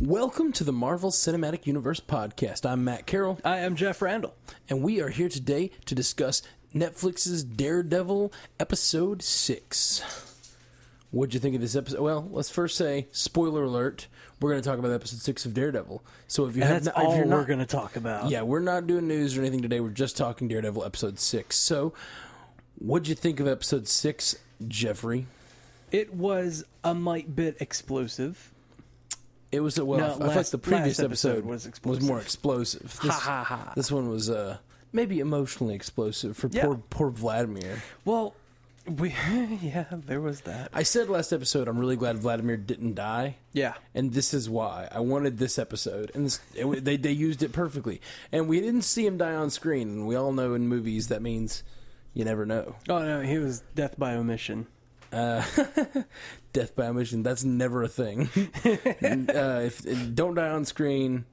Welcome to the Marvel Cinematic Universe podcast. I'm Matt Carroll, I am Jeff Randall. and we are here today to discuss Netflix's Daredevil episode 6. What'd you think of this episode? Well, let's first say spoiler alert. We're going to talk about episode 6 of Daredevil. So if you And have that's not, if all you're we're not going to talk about. Yeah, we're not doing news or anything today. We're just talking Daredevil episode 6. So, what'd you think of episode 6, Jeffrey? It was a mite bit explosive. It was well. No, I, I feel like last- the previous last episode episode, was was, explosive. more explosive. This, ha, ha. this one was uh, maybe emotionally explosive for Yeah. poor poor Vladimir. Well, we yeah, there was that. I said last episode, I'm really glad Vladimir didn't die. Yeah. And this is why I wanted this episode, and this, it, w- they they used it perfectly. And we didn't see him die on screen, and we all know in movies that means you never know. Oh no, he was death by omission. Uh, death by omission. That's never a thing. uh, if, if- don't die on screen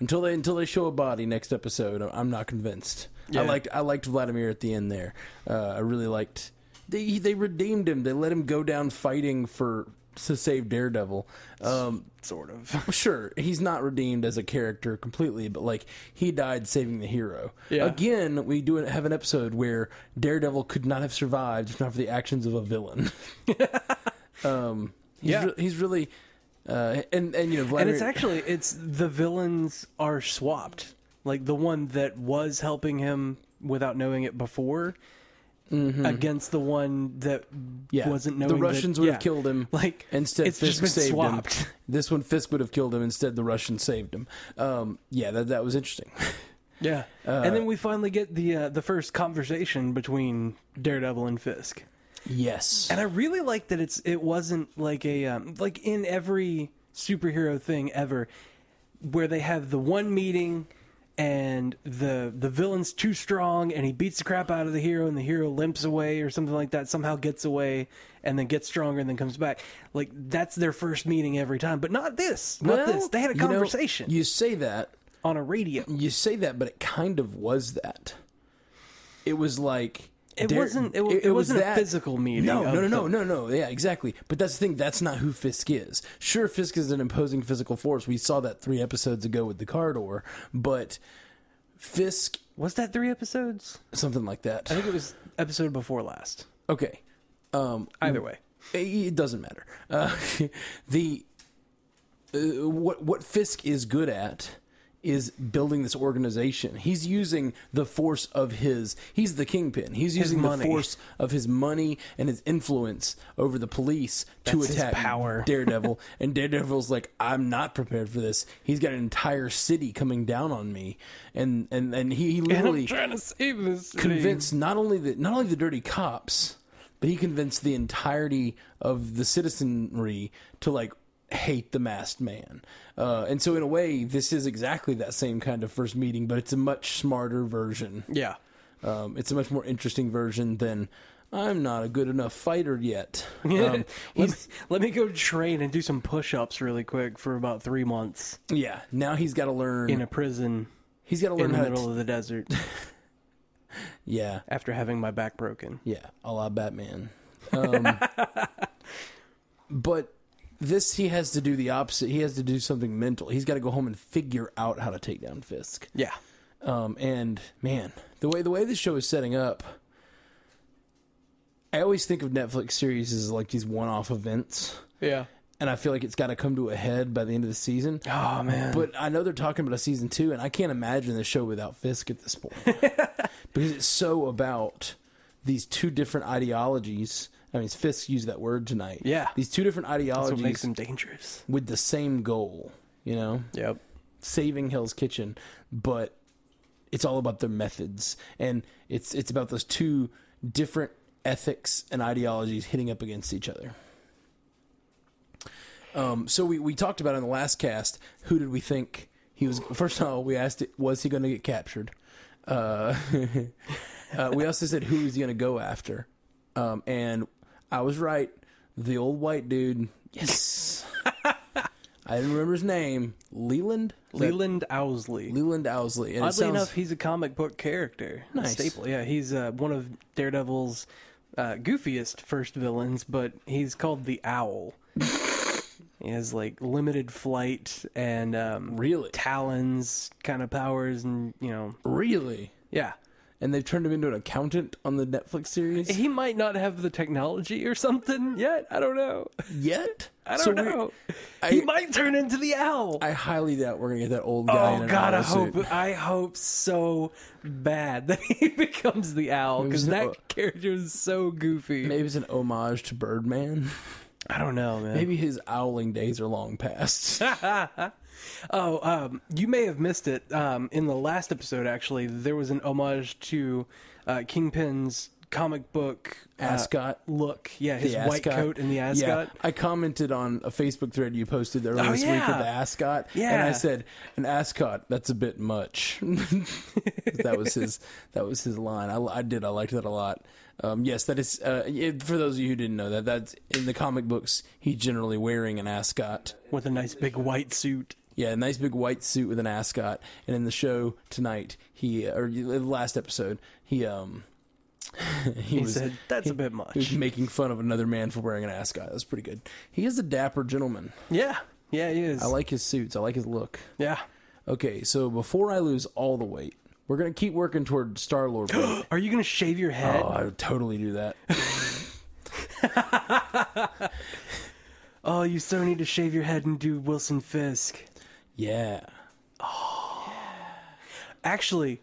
until they until they show a body next episode. I'm not convinced. Yeah. I liked I liked Vladimir at the end there. Uh, I really liked they they redeemed him. They let him go down fighting for to save Daredevil. Um, Sort of. sure, he's not redeemed as a character completely, but like he died saving the hero. Yeah. Again, we do have an episode where Daredevil could not have survived if not for the actions of a villain. um, he's Yeah. re- he's really, uh, and and you know, And Vladimir, it's actually it's the villains are swapped. Like the one that was helping him without knowing it before Mm-hmm. against the one that yeah, wasn't knowing the that- Russians would yeah. have killed him. Like Instead, it's Fisk just been saved swapped. him. This one, Fisk would have killed him. Instead, the Russians saved him. Um, yeah, that that was interesting. Yeah, and then we finally get the uh, the first conversation between Daredevil and Fisk, yes, and I really like that it's it wasn't like a um, like in every superhero thing ever, where they have the one meeting, and the the villain's too strong, and he beats the crap out of the hero, and the hero limps away or something like that, somehow gets away, and then gets stronger and then comes back. Like that's their first meeting every time, but not this, not Well, this. They had a you know, conversation you say that, on a radio. you say that, but it kind of was that. It was like It Dare- wasn't. It, wa- it, was wasn't that- a physical meeting. No, of no, no, the- no, no, no. Yeah, exactly. But that's the thing. That's not who Fisk is. Sure, Fisk is an imposing physical force. We saw that three episodes ago with the corridor, but Fisk, Was that three episodes? something like I that. think it was episode before last. Okay, um, Either way, it, it doesn't matter. Uh, the uh, what what Fisk is good at is building this organization. He's using the force of his. He's the kingpin. He's using the money. force of his money and his influence over the police to That's his attack power. Daredevil. and Daredevil's like, I'm not prepared for this. He's got an entire city coming down on me, and and and he, he literally trying to save this. convinced not only the not only the dirty cops, but he convinced the entirety of the citizenry to like hate the masked man. Uh, and so, in a way, this is exactly that same kind of first meeting, but it's a much smarter version. Yeah, Um, it's a much more interesting version than "I'm not a good enough fighter yet." Um, let, me, let me go train and do some push-ups really quick for about three months yeah, now he's got to learn. in a prison he's got to in learn the how. middle To, of the desert yeah, after having my back broken. Yeah, a la Batman. Um, but this, he has to do the opposite. He has to do something mental. He's got to go home and figure out how to take down Fisk. Yeah, Um, and man, the way the way this show is setting up, I always think of Netflix series as like these one-off events, yeah. and I feel like it's got to come to a head by the end of the season. Oh man, But I know they're talking about a season two, and I can't imagine the show without Fisk at this point because it's so about these two different ideologies. I mean, Fisk used that word tonight. Yeah. these two different that's ideologies what makes him dangerous. with the same goal. You know, Yep. saving Hell's Kitchen, but it's all about their methods, and it's it's about those two different ethics and ideologies hitting up against each other. Um, so we, we talked about in the last cast who did we think he was? First of all, we asked it, was he going to get captured? Uh, uh, we also said who was he going to go after? Um, and I was right. The old white dude. Yes. I didn't remember his name. Leland. Is that- Leland Owsley. Leland Owsley. And it Oddly sounds- enough, he's a comic book character. A Nice. Staple. Yeah, he's uh, one of Daredevil's uh, goofiest first villains, but he's called the Owl. He has like limited flight and um, Really? talons kind of powers, and you know, Really? yeah. And they've turned him into an accountant on the Netflix series He might not have the technology or something yet. I don't know. yet? I don't So we're- know. I- he might turn into the owl. I highly doubt we're gonna get that old guy. in oh an God, I owl suit. hope I hope so bad that he becomes the owl because Maybe that so- uh, character is so goofy. Maybe it's an homage to Birdman. I don't know, man. Maybe his owling days are long past. Oh, um, you may have missed it. Um, in the last episode, actually, there was an homage to uh, Kingpin's comic book uh, Ascot. look. Yeah, his the white ascot. coat and the ascot. Yeah, I commented on a Facebook thread you posted earlier Oh, this week yeah. with the ascot, and Yeah. I said an ascot. That's a bit much. that was his. That was his line. I, I did. I liked that a lot. Um, yes, that is. Uh, it, for those of you who didn't know that, that's in the comic books. He's generally wearing an ascot. with a nice big white suit. Yeah, a nice big white suit with an ascot. And in the show tonight, he or the last episode, he um he, He was said, "That's a bit he was much." making fun of another man for wearing an ascot. That's pretty good. He is a dapper gentleman. Yeah, yeah, he is. I like his suits. I like his look. yeah. Okay, so before I lose all the weight, we're gonna keep working toward Star Lord. oh, Are you gonna shave your head? I would totally do that. oh, you so need to shave your head and do Wilson Fisk. Yeah, Actually,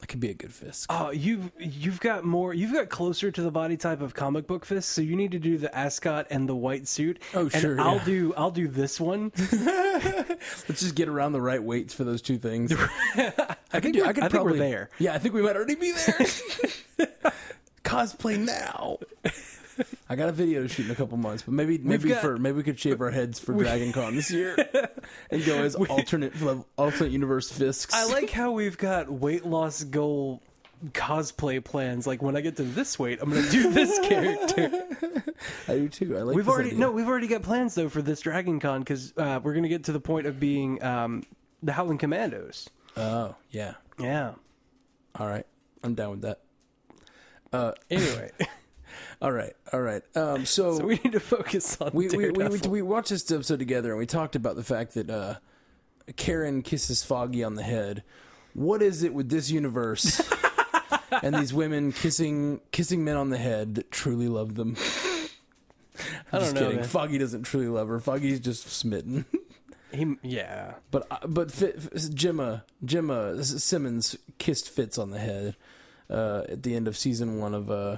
that could be a good fist. Oh, you've you've got more. You've got closer to the body type of comic book fist, so you need to do the ascot and the white suit. Oh, and sure, I'll yeah. do I'll do this one. Let's just get around the right weights for those two things. I could. think do- we're- I could I think we're probably there. Yeah, I think we might already be there. Cosplay now. I got a video to shoot in a couple months, but maybe maybe got- for maybe we could shave our heads for Dragon Con this year and go as alternate level, alternate universe fisks. I like how we've got weight loss goal cosplay plans. Like when I get to this weight, I'm gonna do this character. I do too. I like. We've this already idea. no, we've already got plans though for this Dragon Con because uh, we're gonna get to the point of being um, the Howling Commandos. Oh yeah. Yeah. All right. I'm down with that. Anyway, All right. All right. Um. So, so we need to focus on we, we, we, Daredevil. we we watched this episode together and we talked about the fact that uh, Karen kisses Foggy on the head. What is it with this universe and these women kissing kissing men on the head that truly love them? I don't Just know. kidding. man. Foggy doesn't truly love her. Foggy's just smitten. He, yeah. But I- but Fit, Gemma Gemma S- Simmons kissed Fitz on the head uh, at the end of season one of uh,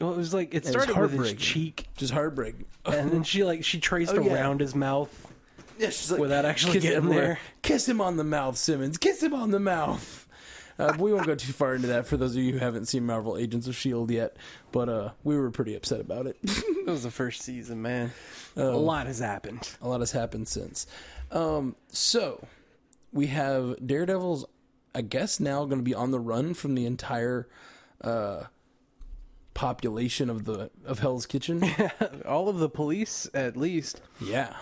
Well, it was like it was started with his heartbreaking. cheek, just heartbreak. and then she like she traced Oh, yeah. around his mouth. Yeah, she's like, Without actually kiss getting everywhere. there. Kiss him on the mouth, Simmons. Kiss him on the mouth. Uh, we won't go too far into that for those of you who haven't seen Marvel Agents of S.H.I.E.L.D. E yet, but uh, we were pretty upset about it. That was the first season, man. Oh. a lot has happened. A lot has happened since. Um, so, we have Daredevil's, I guess, now going to be on the run from the entire uh, population of the of Hell's Kitchen. All of the police, at least, yeah.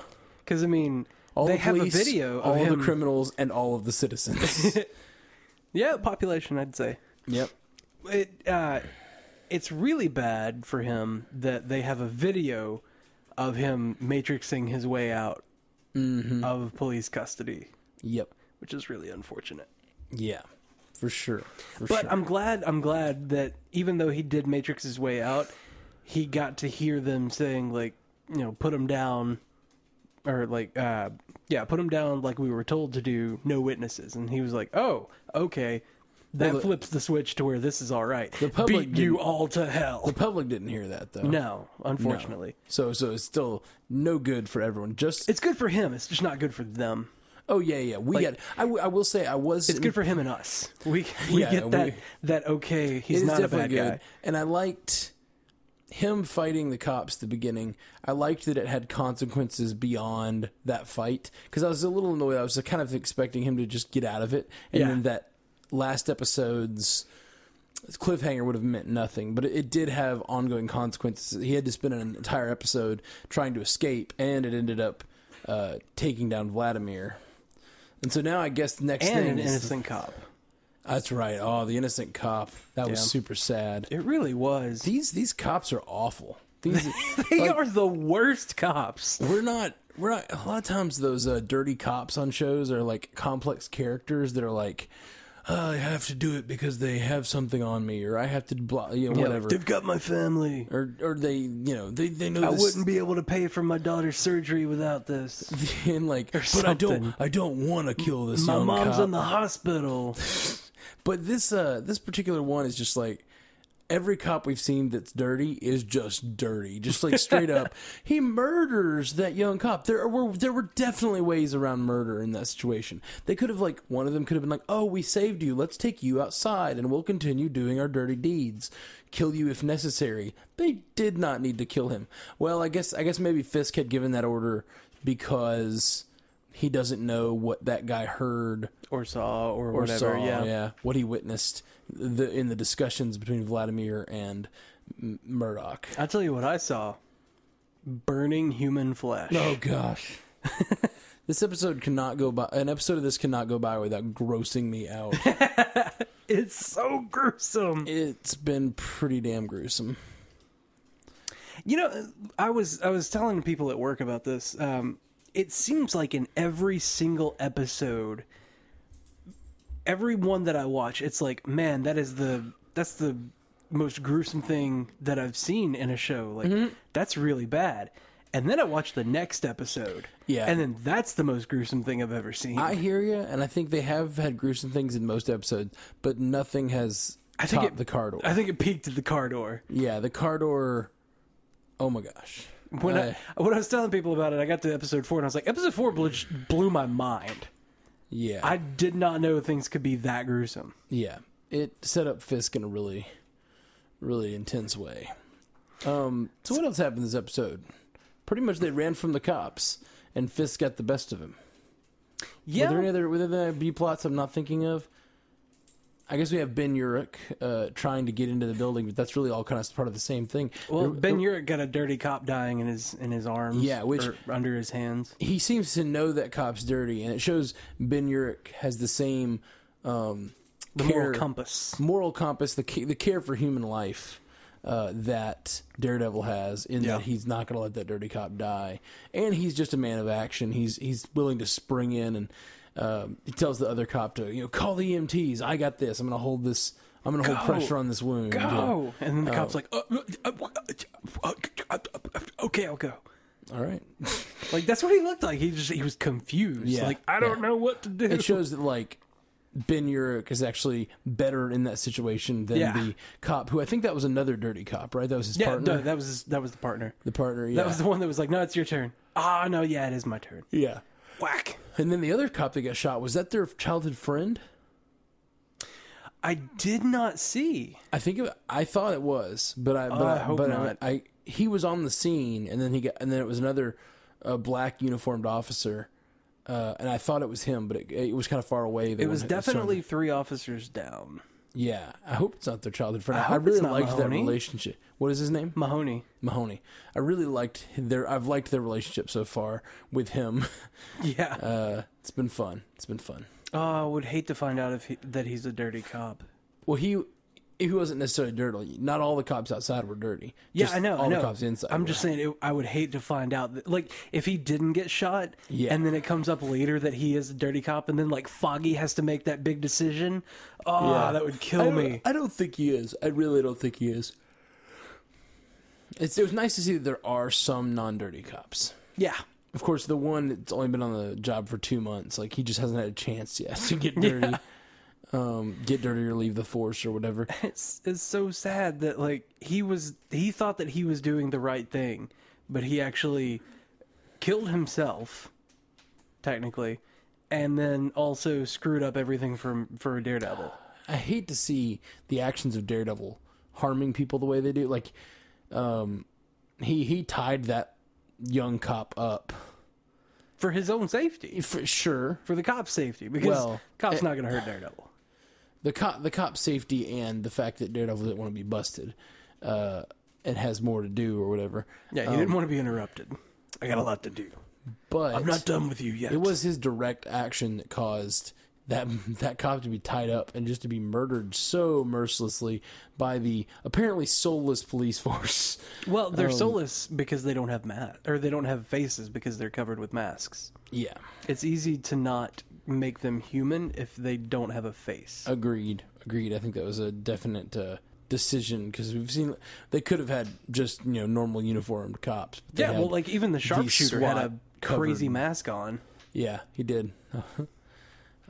because I mean, All they the have police, a video all of him. the criminals, and all of the citizens. yeah, population, I'd say. yep. It uh, it's really bad for him that they have a video of him matrixing his way out of police custody, Yep. which is really unfortunate. Yeah, for sure. For But sure. I'm glad. I'm glad that even though he did Matrix his way out, he got to hear them saying like, you know, put him down, or like, uh, yeah, put him down like we were told to do. No witnesses, and he was like, oh, okay. That Well, the- flips the switch to where this is all right. The public beat you didn't- all to hell. the public didn't hear that though. No, unfortunately, So so it's still no good for everyone. Just it's good for him. It's just not good for them. oh yeah yeah we got. I, w- I will say I was. It's good for him and us. We we Yeah, get that we- that okay. He's It is not a bad definitely guy. good. And I liked him fighting the cops at the beginning. I liked that it had consequences beyond that fight because I was a little annoyed. I was kind of expecting him to just get out of it, and Yeah. then that last episode's cliffhanger would have meant nothing. But it, it did have ongoing consequences. He had to spend an entire episode trying to escape, and it ended up uh, taking down Vladimir. And so now I guess the next And thing an is innocent cop. that's right. Oh, the innocent cop. That was Yeah. super sad It really was. these these cops are awful. These They like, are the worst cops. we're not We're not. A lot of times, those uh, dirty cops on shows are like complex characters that are like, "Oh, I have to do it because they have something on me, or I have to blah, you know, Yeah, like, whatever, They've got my family. or or they, you know, they they know. I this, wouldn't be able to pay for my daughter's surgery without this. And like, but I don't, something. I don't want to kill this My young mom's cop. in the hospital. But this uh this particular one is just like every cop we've seen that's dirty is just dirty, just like straight up. He murders that young cop. There were there were definitely ways around murder in that situation. They could have like one of them could have been like, "Oh, we saved you. Let's take you outside and we'll continue doing our dirty deeds. Kill you if necessary." They did not need to kill him. Well, I guess I guess maybe Fisk had given that order because he doesn't know what that guy heard Or saw, or, or whatever. saw, yeah. what he witnessed the, in the discussions between Vladimir and M- Murdoch. I'll tell you what I saw burning human flesh. Oh gosh, this episode cannot go by. An episode of this cannot go by without grossing me out. It's so gruesome. it's been pretty damn gruesome. You know, uh, I was I was telling people at work about this. Um, it seems like in every single episode, every one that I watch, it's like, man, that is the that's the most gruesome thing that I've seen in a show. Like, Mm-hmm. that's really bad. And then I watch the next episode. Yeah. And then that's the most gruesome thing I've ever seen. I hear you, and I think they have had gruesome things in most episodes, but nothing has I think topped it- the car door. I think it peaked at the car door. yeah, the car door. Oh my gosh. When Uh, I when I was telling people about it, I got to episode four and I was like, episode four blew, blew my mind. yeah, I did not know things could be that gruesome. Yeah, it set up Fisk in a really, really intense way. Um, so what else happened this episode? Pretty much they ran from the cops, and Fisk got the best of him. Yeah, Were there any other were there any B plots I'm not thinking of? I guess we have Ben Urich uh, trying to get into the building, but that's really all kind of part of the same thing. There- well, Ben Urich got a dirty cop dying in his in his arms. Yeah, which- or under his hands. he seems to know that cop's dirty, and it shows Ben Urich has the same um, The care- moral compass. moral compass, the ca- the care for human life uh, that Daredevil has, in Yeah. that he's not going to let that dirty cop die, and he's just a man of action. He's he's willing to spring in, and um, he tells the other cop to you know call the EMTs. I got this. I'm going to hold this. I'm going to hold Go. pressure on this wound. you know. Go, and then the cop's like, "Uh, uh, uh, uh, uh, "Okay, I'll go." All right. Like that's what he looked like. He just he was confused. Yeah, Like I don't know what to do. It shows that like. Ben Urich is actually better in that situation than Yeah. the cop who I think that was another dirty cop, right? That was his yeah, partner. no, that was his, that was the partner. the partner, yeah. That was the one that was like, "No, it's your turn." Ah, no, yeah, it is my turn. yeah. Whack. And then the other cop that got shot was that their childhood friend? I did not see. I think it, I thought it was, but I but, I I, hope but not. I, I he was on the scene, and then he got and then it was another uh, black uniformed officer, uh, and I thought it was him, but it, it was kind of far away. It was definitely three officers down. yeah. I hope it's not their childhood friend. I, hope really it's not liked that Mahoney. relationship. What is his name? Mahoney. Mahoney. I really liked their. I've liked their relationship so far with him. Yeah. Uh, it's been fun. It's been fun. Oh, I would hate to find out if he, that he's a dirty cop. Well, he he wasn't necessarily dirty. Not all the cops outside were dirty. Yeah, Just I know. All I know. the cops inside. I'm were. just saying, it, I would hate to find out, that, like, if he didn't get shot, Yeah. and then it comes up later that he is a dirty cop, and then like Foggy has to make that big decision. Oh, that would I kill don't- me. I don't think he is. I really don't think he is. It's, it was nice to see that there are some non-dirty cops. Yeah, Of course, the one that's only been on the job for two months, like he just hasn't had a chance yet to get dirty, um, get dirty or leave the force or whatever. it's it's so sad that like he was he thought that he was doing the right thing, but he actually killed himself, technically, and then also screwed up everything for for Daredevil. I hate to see the actions of Daredevil harming people the way they do. Like, um, he he tied that young cop up for his own safety, for sure. for the cop's safety, because Well, cops not going to hurt Daredevil. the cop the cop safety and the fact that Daredevil didn't want to be busted, uh, and has more to do or whatever. Yeah, you didn't want to be interrupted. I got a lot to do. But done with you yet. it was his direct action that caused that that cop to be tied up and just to be murdered so mercilessly by the apparently soulless police force. Well, they're soulless because they don't have mat or they don't have faces because they're covered with masks. Yeah, It's easy to not make them human if they don't have a face. agreed, agreed. I think that was a definite uh, decision because we've seen they could have had just you know normal uniformed cops. but they yeah, had- well, like even the sharpshooter had SWAT a crazy covered- mask on. yeah, he did. I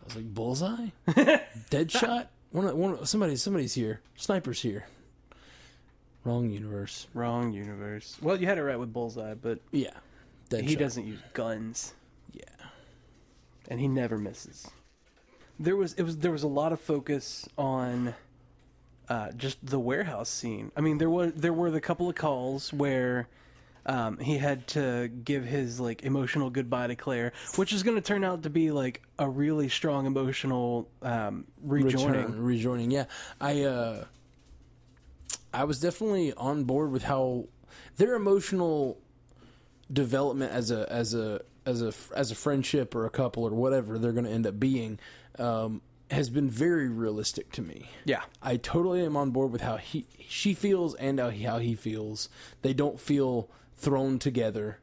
was like bullseye, dead shot. One, of- one, of- somebody, somebody's here. Sniper's here. Wrong universe. Wrong universe. Well, you had it right with Bullseye, but Yeah, dead he shot. doesn't use guns. Yeah. and he never misses. There was it was there was a lot of focus on uh, just the warehouse scene. I mean, there was there were the couple of calls where um, he had to give his like emotional goodbye to Claire, which is going to turn out to be like a really strong emotional um, rejoining. return, rejoining. Yeah, I uh, I was definitely on board with how their emotional development as a as a as a as a friendship or a couple or whatever they're going to end up being um, has been very realistic to me. Yeah, I totally am on board with how he she feels and how he, how he feels. They don't feel thrown together.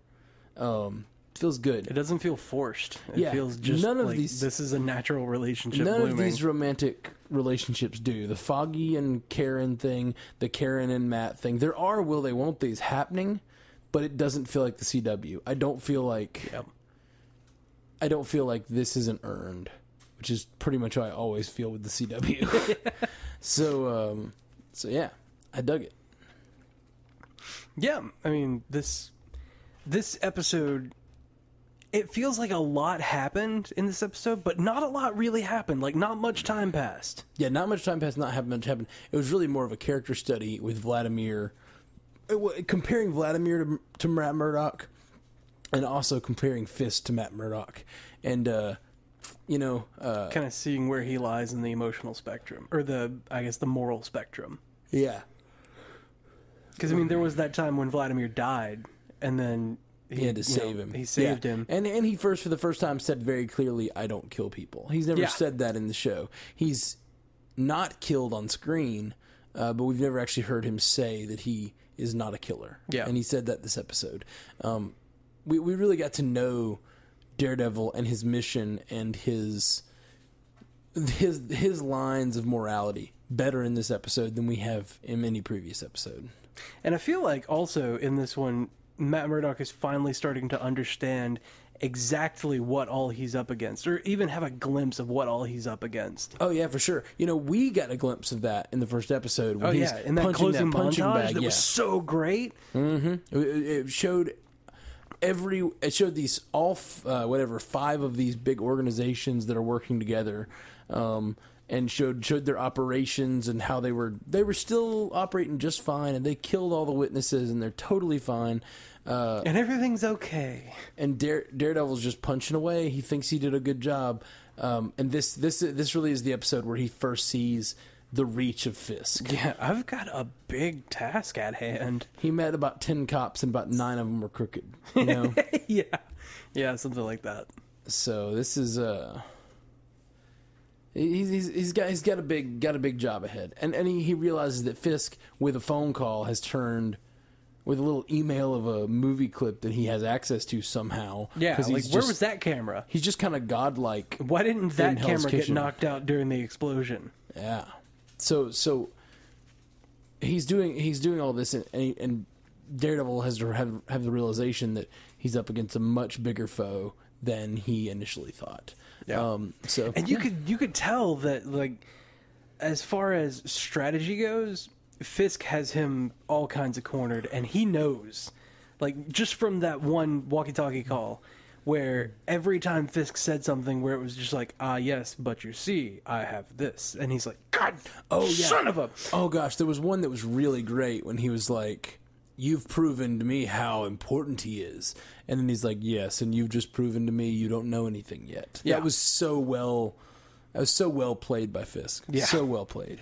Um, feels good. it doesn't feel forced. It Yeah, feels just none of like these- This is a natural relationship. None blooming. of these romantic relationships do. The Foggy and Karen thing, the Karen and Matt thing. There are will they won't these happening, but it doesn't feel like the CW. I don't feel like Yep. I don't feel like this isn't earned, which is pretty much how I always feel with the CW. so um so yeah, I dug it. Yeah, I mean this this episode it feels like a lot happened in this episode, but not a lot really happened. Like not much time passed. Yeah, not much time passed, not have much happened. It was really more of a character study with Vladimir, it wa- comparing Vladimir to, to Matt Murdock, and also comparing Fist to Matt Murdock, and uh, you know, uh, Kind of seeing where he lies in the emotional spectrum or the I guess the moral spectrum. yeah, Cuz I mean there was that time when Vladimir died and then he had to you know, save him. He saved Yeah. him. and and he first for the first time said very clearly, "I don't kill people." He's never Yeah. said that in the show. He's not killed on screen, uh, but we've never actually heard him say that he is not a killer. Yeah. and he said that this episode. Um, we we really got to know Daredevil and his mission and his his his lines of morality better in this episode than we have in any previous episode. And I feel like also in this one, Matt Murdock is finally starting to understand exactly what all he's up against, or even have a glimpse of what all he's up against. Oh yeah, for sure. You know, we got a glimpse of that in the first episode. When Oh he's yeah, in that punching closing punching montage bag, that yeah. was so great. It- It it showed every. It showed these all f- uh, whatever five of these big organizations that are working together, um, and showed showed their operations and how they were they were still operating just fine, and they killed all the witnesses, and they're totally fine. Uh, And everything's okay. and Dare, Daredevil's just punching away. He thinks he did a good job, um, and this this this really is the episode where he first sees the reach of Fisk. Yeah, I've got a big task at hand. He met about ten cops, and about nine of them were crooked. You know, yeah, yeah, something like that. so this is uh, he's, he's he's got he's got a big got a big job ahead, and and he, he realizes that Fisk with a phone call has turned. With a little email of a movie clip that he has access to somehow. Yeah, like 'cause he's where just- was that camera? He's just kind of godlike Why didn't that Hell's camera get Kitchen. knocked out during the explosion? Yeah. So so he's doing he's doing all this and and, and Daredevil has to have, have the realization that he's up against a much bigger foe than he initially thought. Yeah. Um so And you could you could tell that like as far as strategy goes, Fisk has him all kinds of cornered and he knows. Like just from that one walkie-talkie call where every time Fisk said something where it was just like, "Ah yes, but you see, I have this." And he's like, "God, oh yeah. son of a Oh gosh, there was one that was really great when he was like, "You've proven to me how important he is," and then he's like, "Yes, and you've just proven to me you don't know anything yet." Yeah. That was so well, that was so well played by Fisk. Yeah. so well played.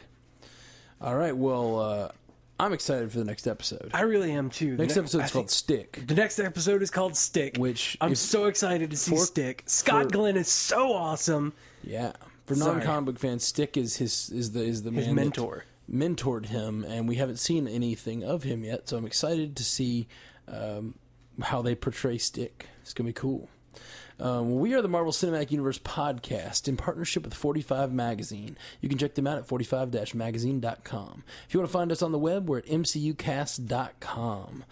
All right, well, uh, I'm excited for the next episode. I really am too." The next ne- episode's I called think- Stick. The next episode is called Stick, Which I'm if- so excited to see for- Stick. Scott for- Glenn is so awesome. Yeah, For non comic book fans, Stick is his is the is the His man that mentor. mentored him, and we haven't seen anything of him yet. So I'm excited to see um, how they portray Stick. It's gonna be cool. Um, we are the Marvel Cinematic Universe podcast in partnership with 45 Magazine. You can check them out at 45-magazine.com. If you want to find us on the web, we're at mcucast.com,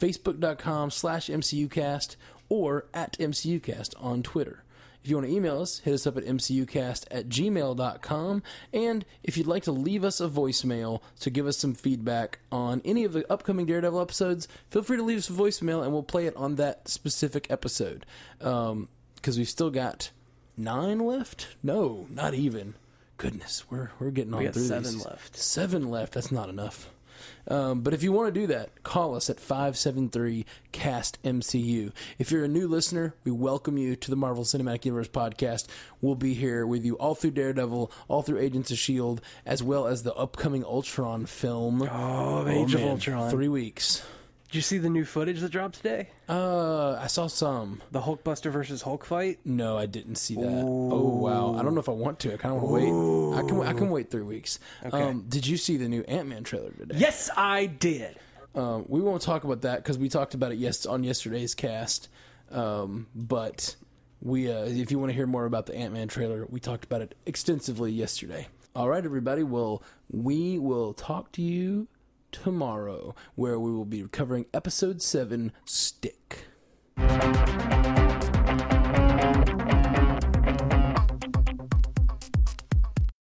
facebook.com slash mcucast, or at mcucast on Twitter. If you want to email us, hit us up at mcucast at gmail.com. And if you'd like to leave us a voicemail to give us some feedback on any of the upcoming Daredevil episodes, feel free to leave us a voicemail and we'll play it on that specific episode. Because we've still got nine left? No, not even. Goodness, we're, we're getting on got through seven these. left. Seven left. That's not enough. Um, but if you want to do that, call us at 573 Cast MCU. If you're a new listener, we welcome you to the Marvel Cinematic Universe podcast. We'll be here with you all through Daredevil, all through Agents of S.H.I.E.L.D., E as well as the upcoming Ultron film. Oh, the Age of Ultron. Three weeks. Did you see the new footage that dropped today? Uh, I saw some. The Hulkbuster versus Hulk fight. No, I didn't see that. Oh, wow. I don't know if I want to. I kind of want to wait. I can, I can wait three weeks. Um, did you see the new Ant Man trailer today? Yes, I did. Um, we won't talk about that because we talked about it yes on yesterday's cast. Um, but we, uh, if you want to hear more about the Ant Man trailer, we talked about it extensively yesterday. All right, everybody. Well, we will talk to you tomorrow, where we will be covering episode seven, Stick.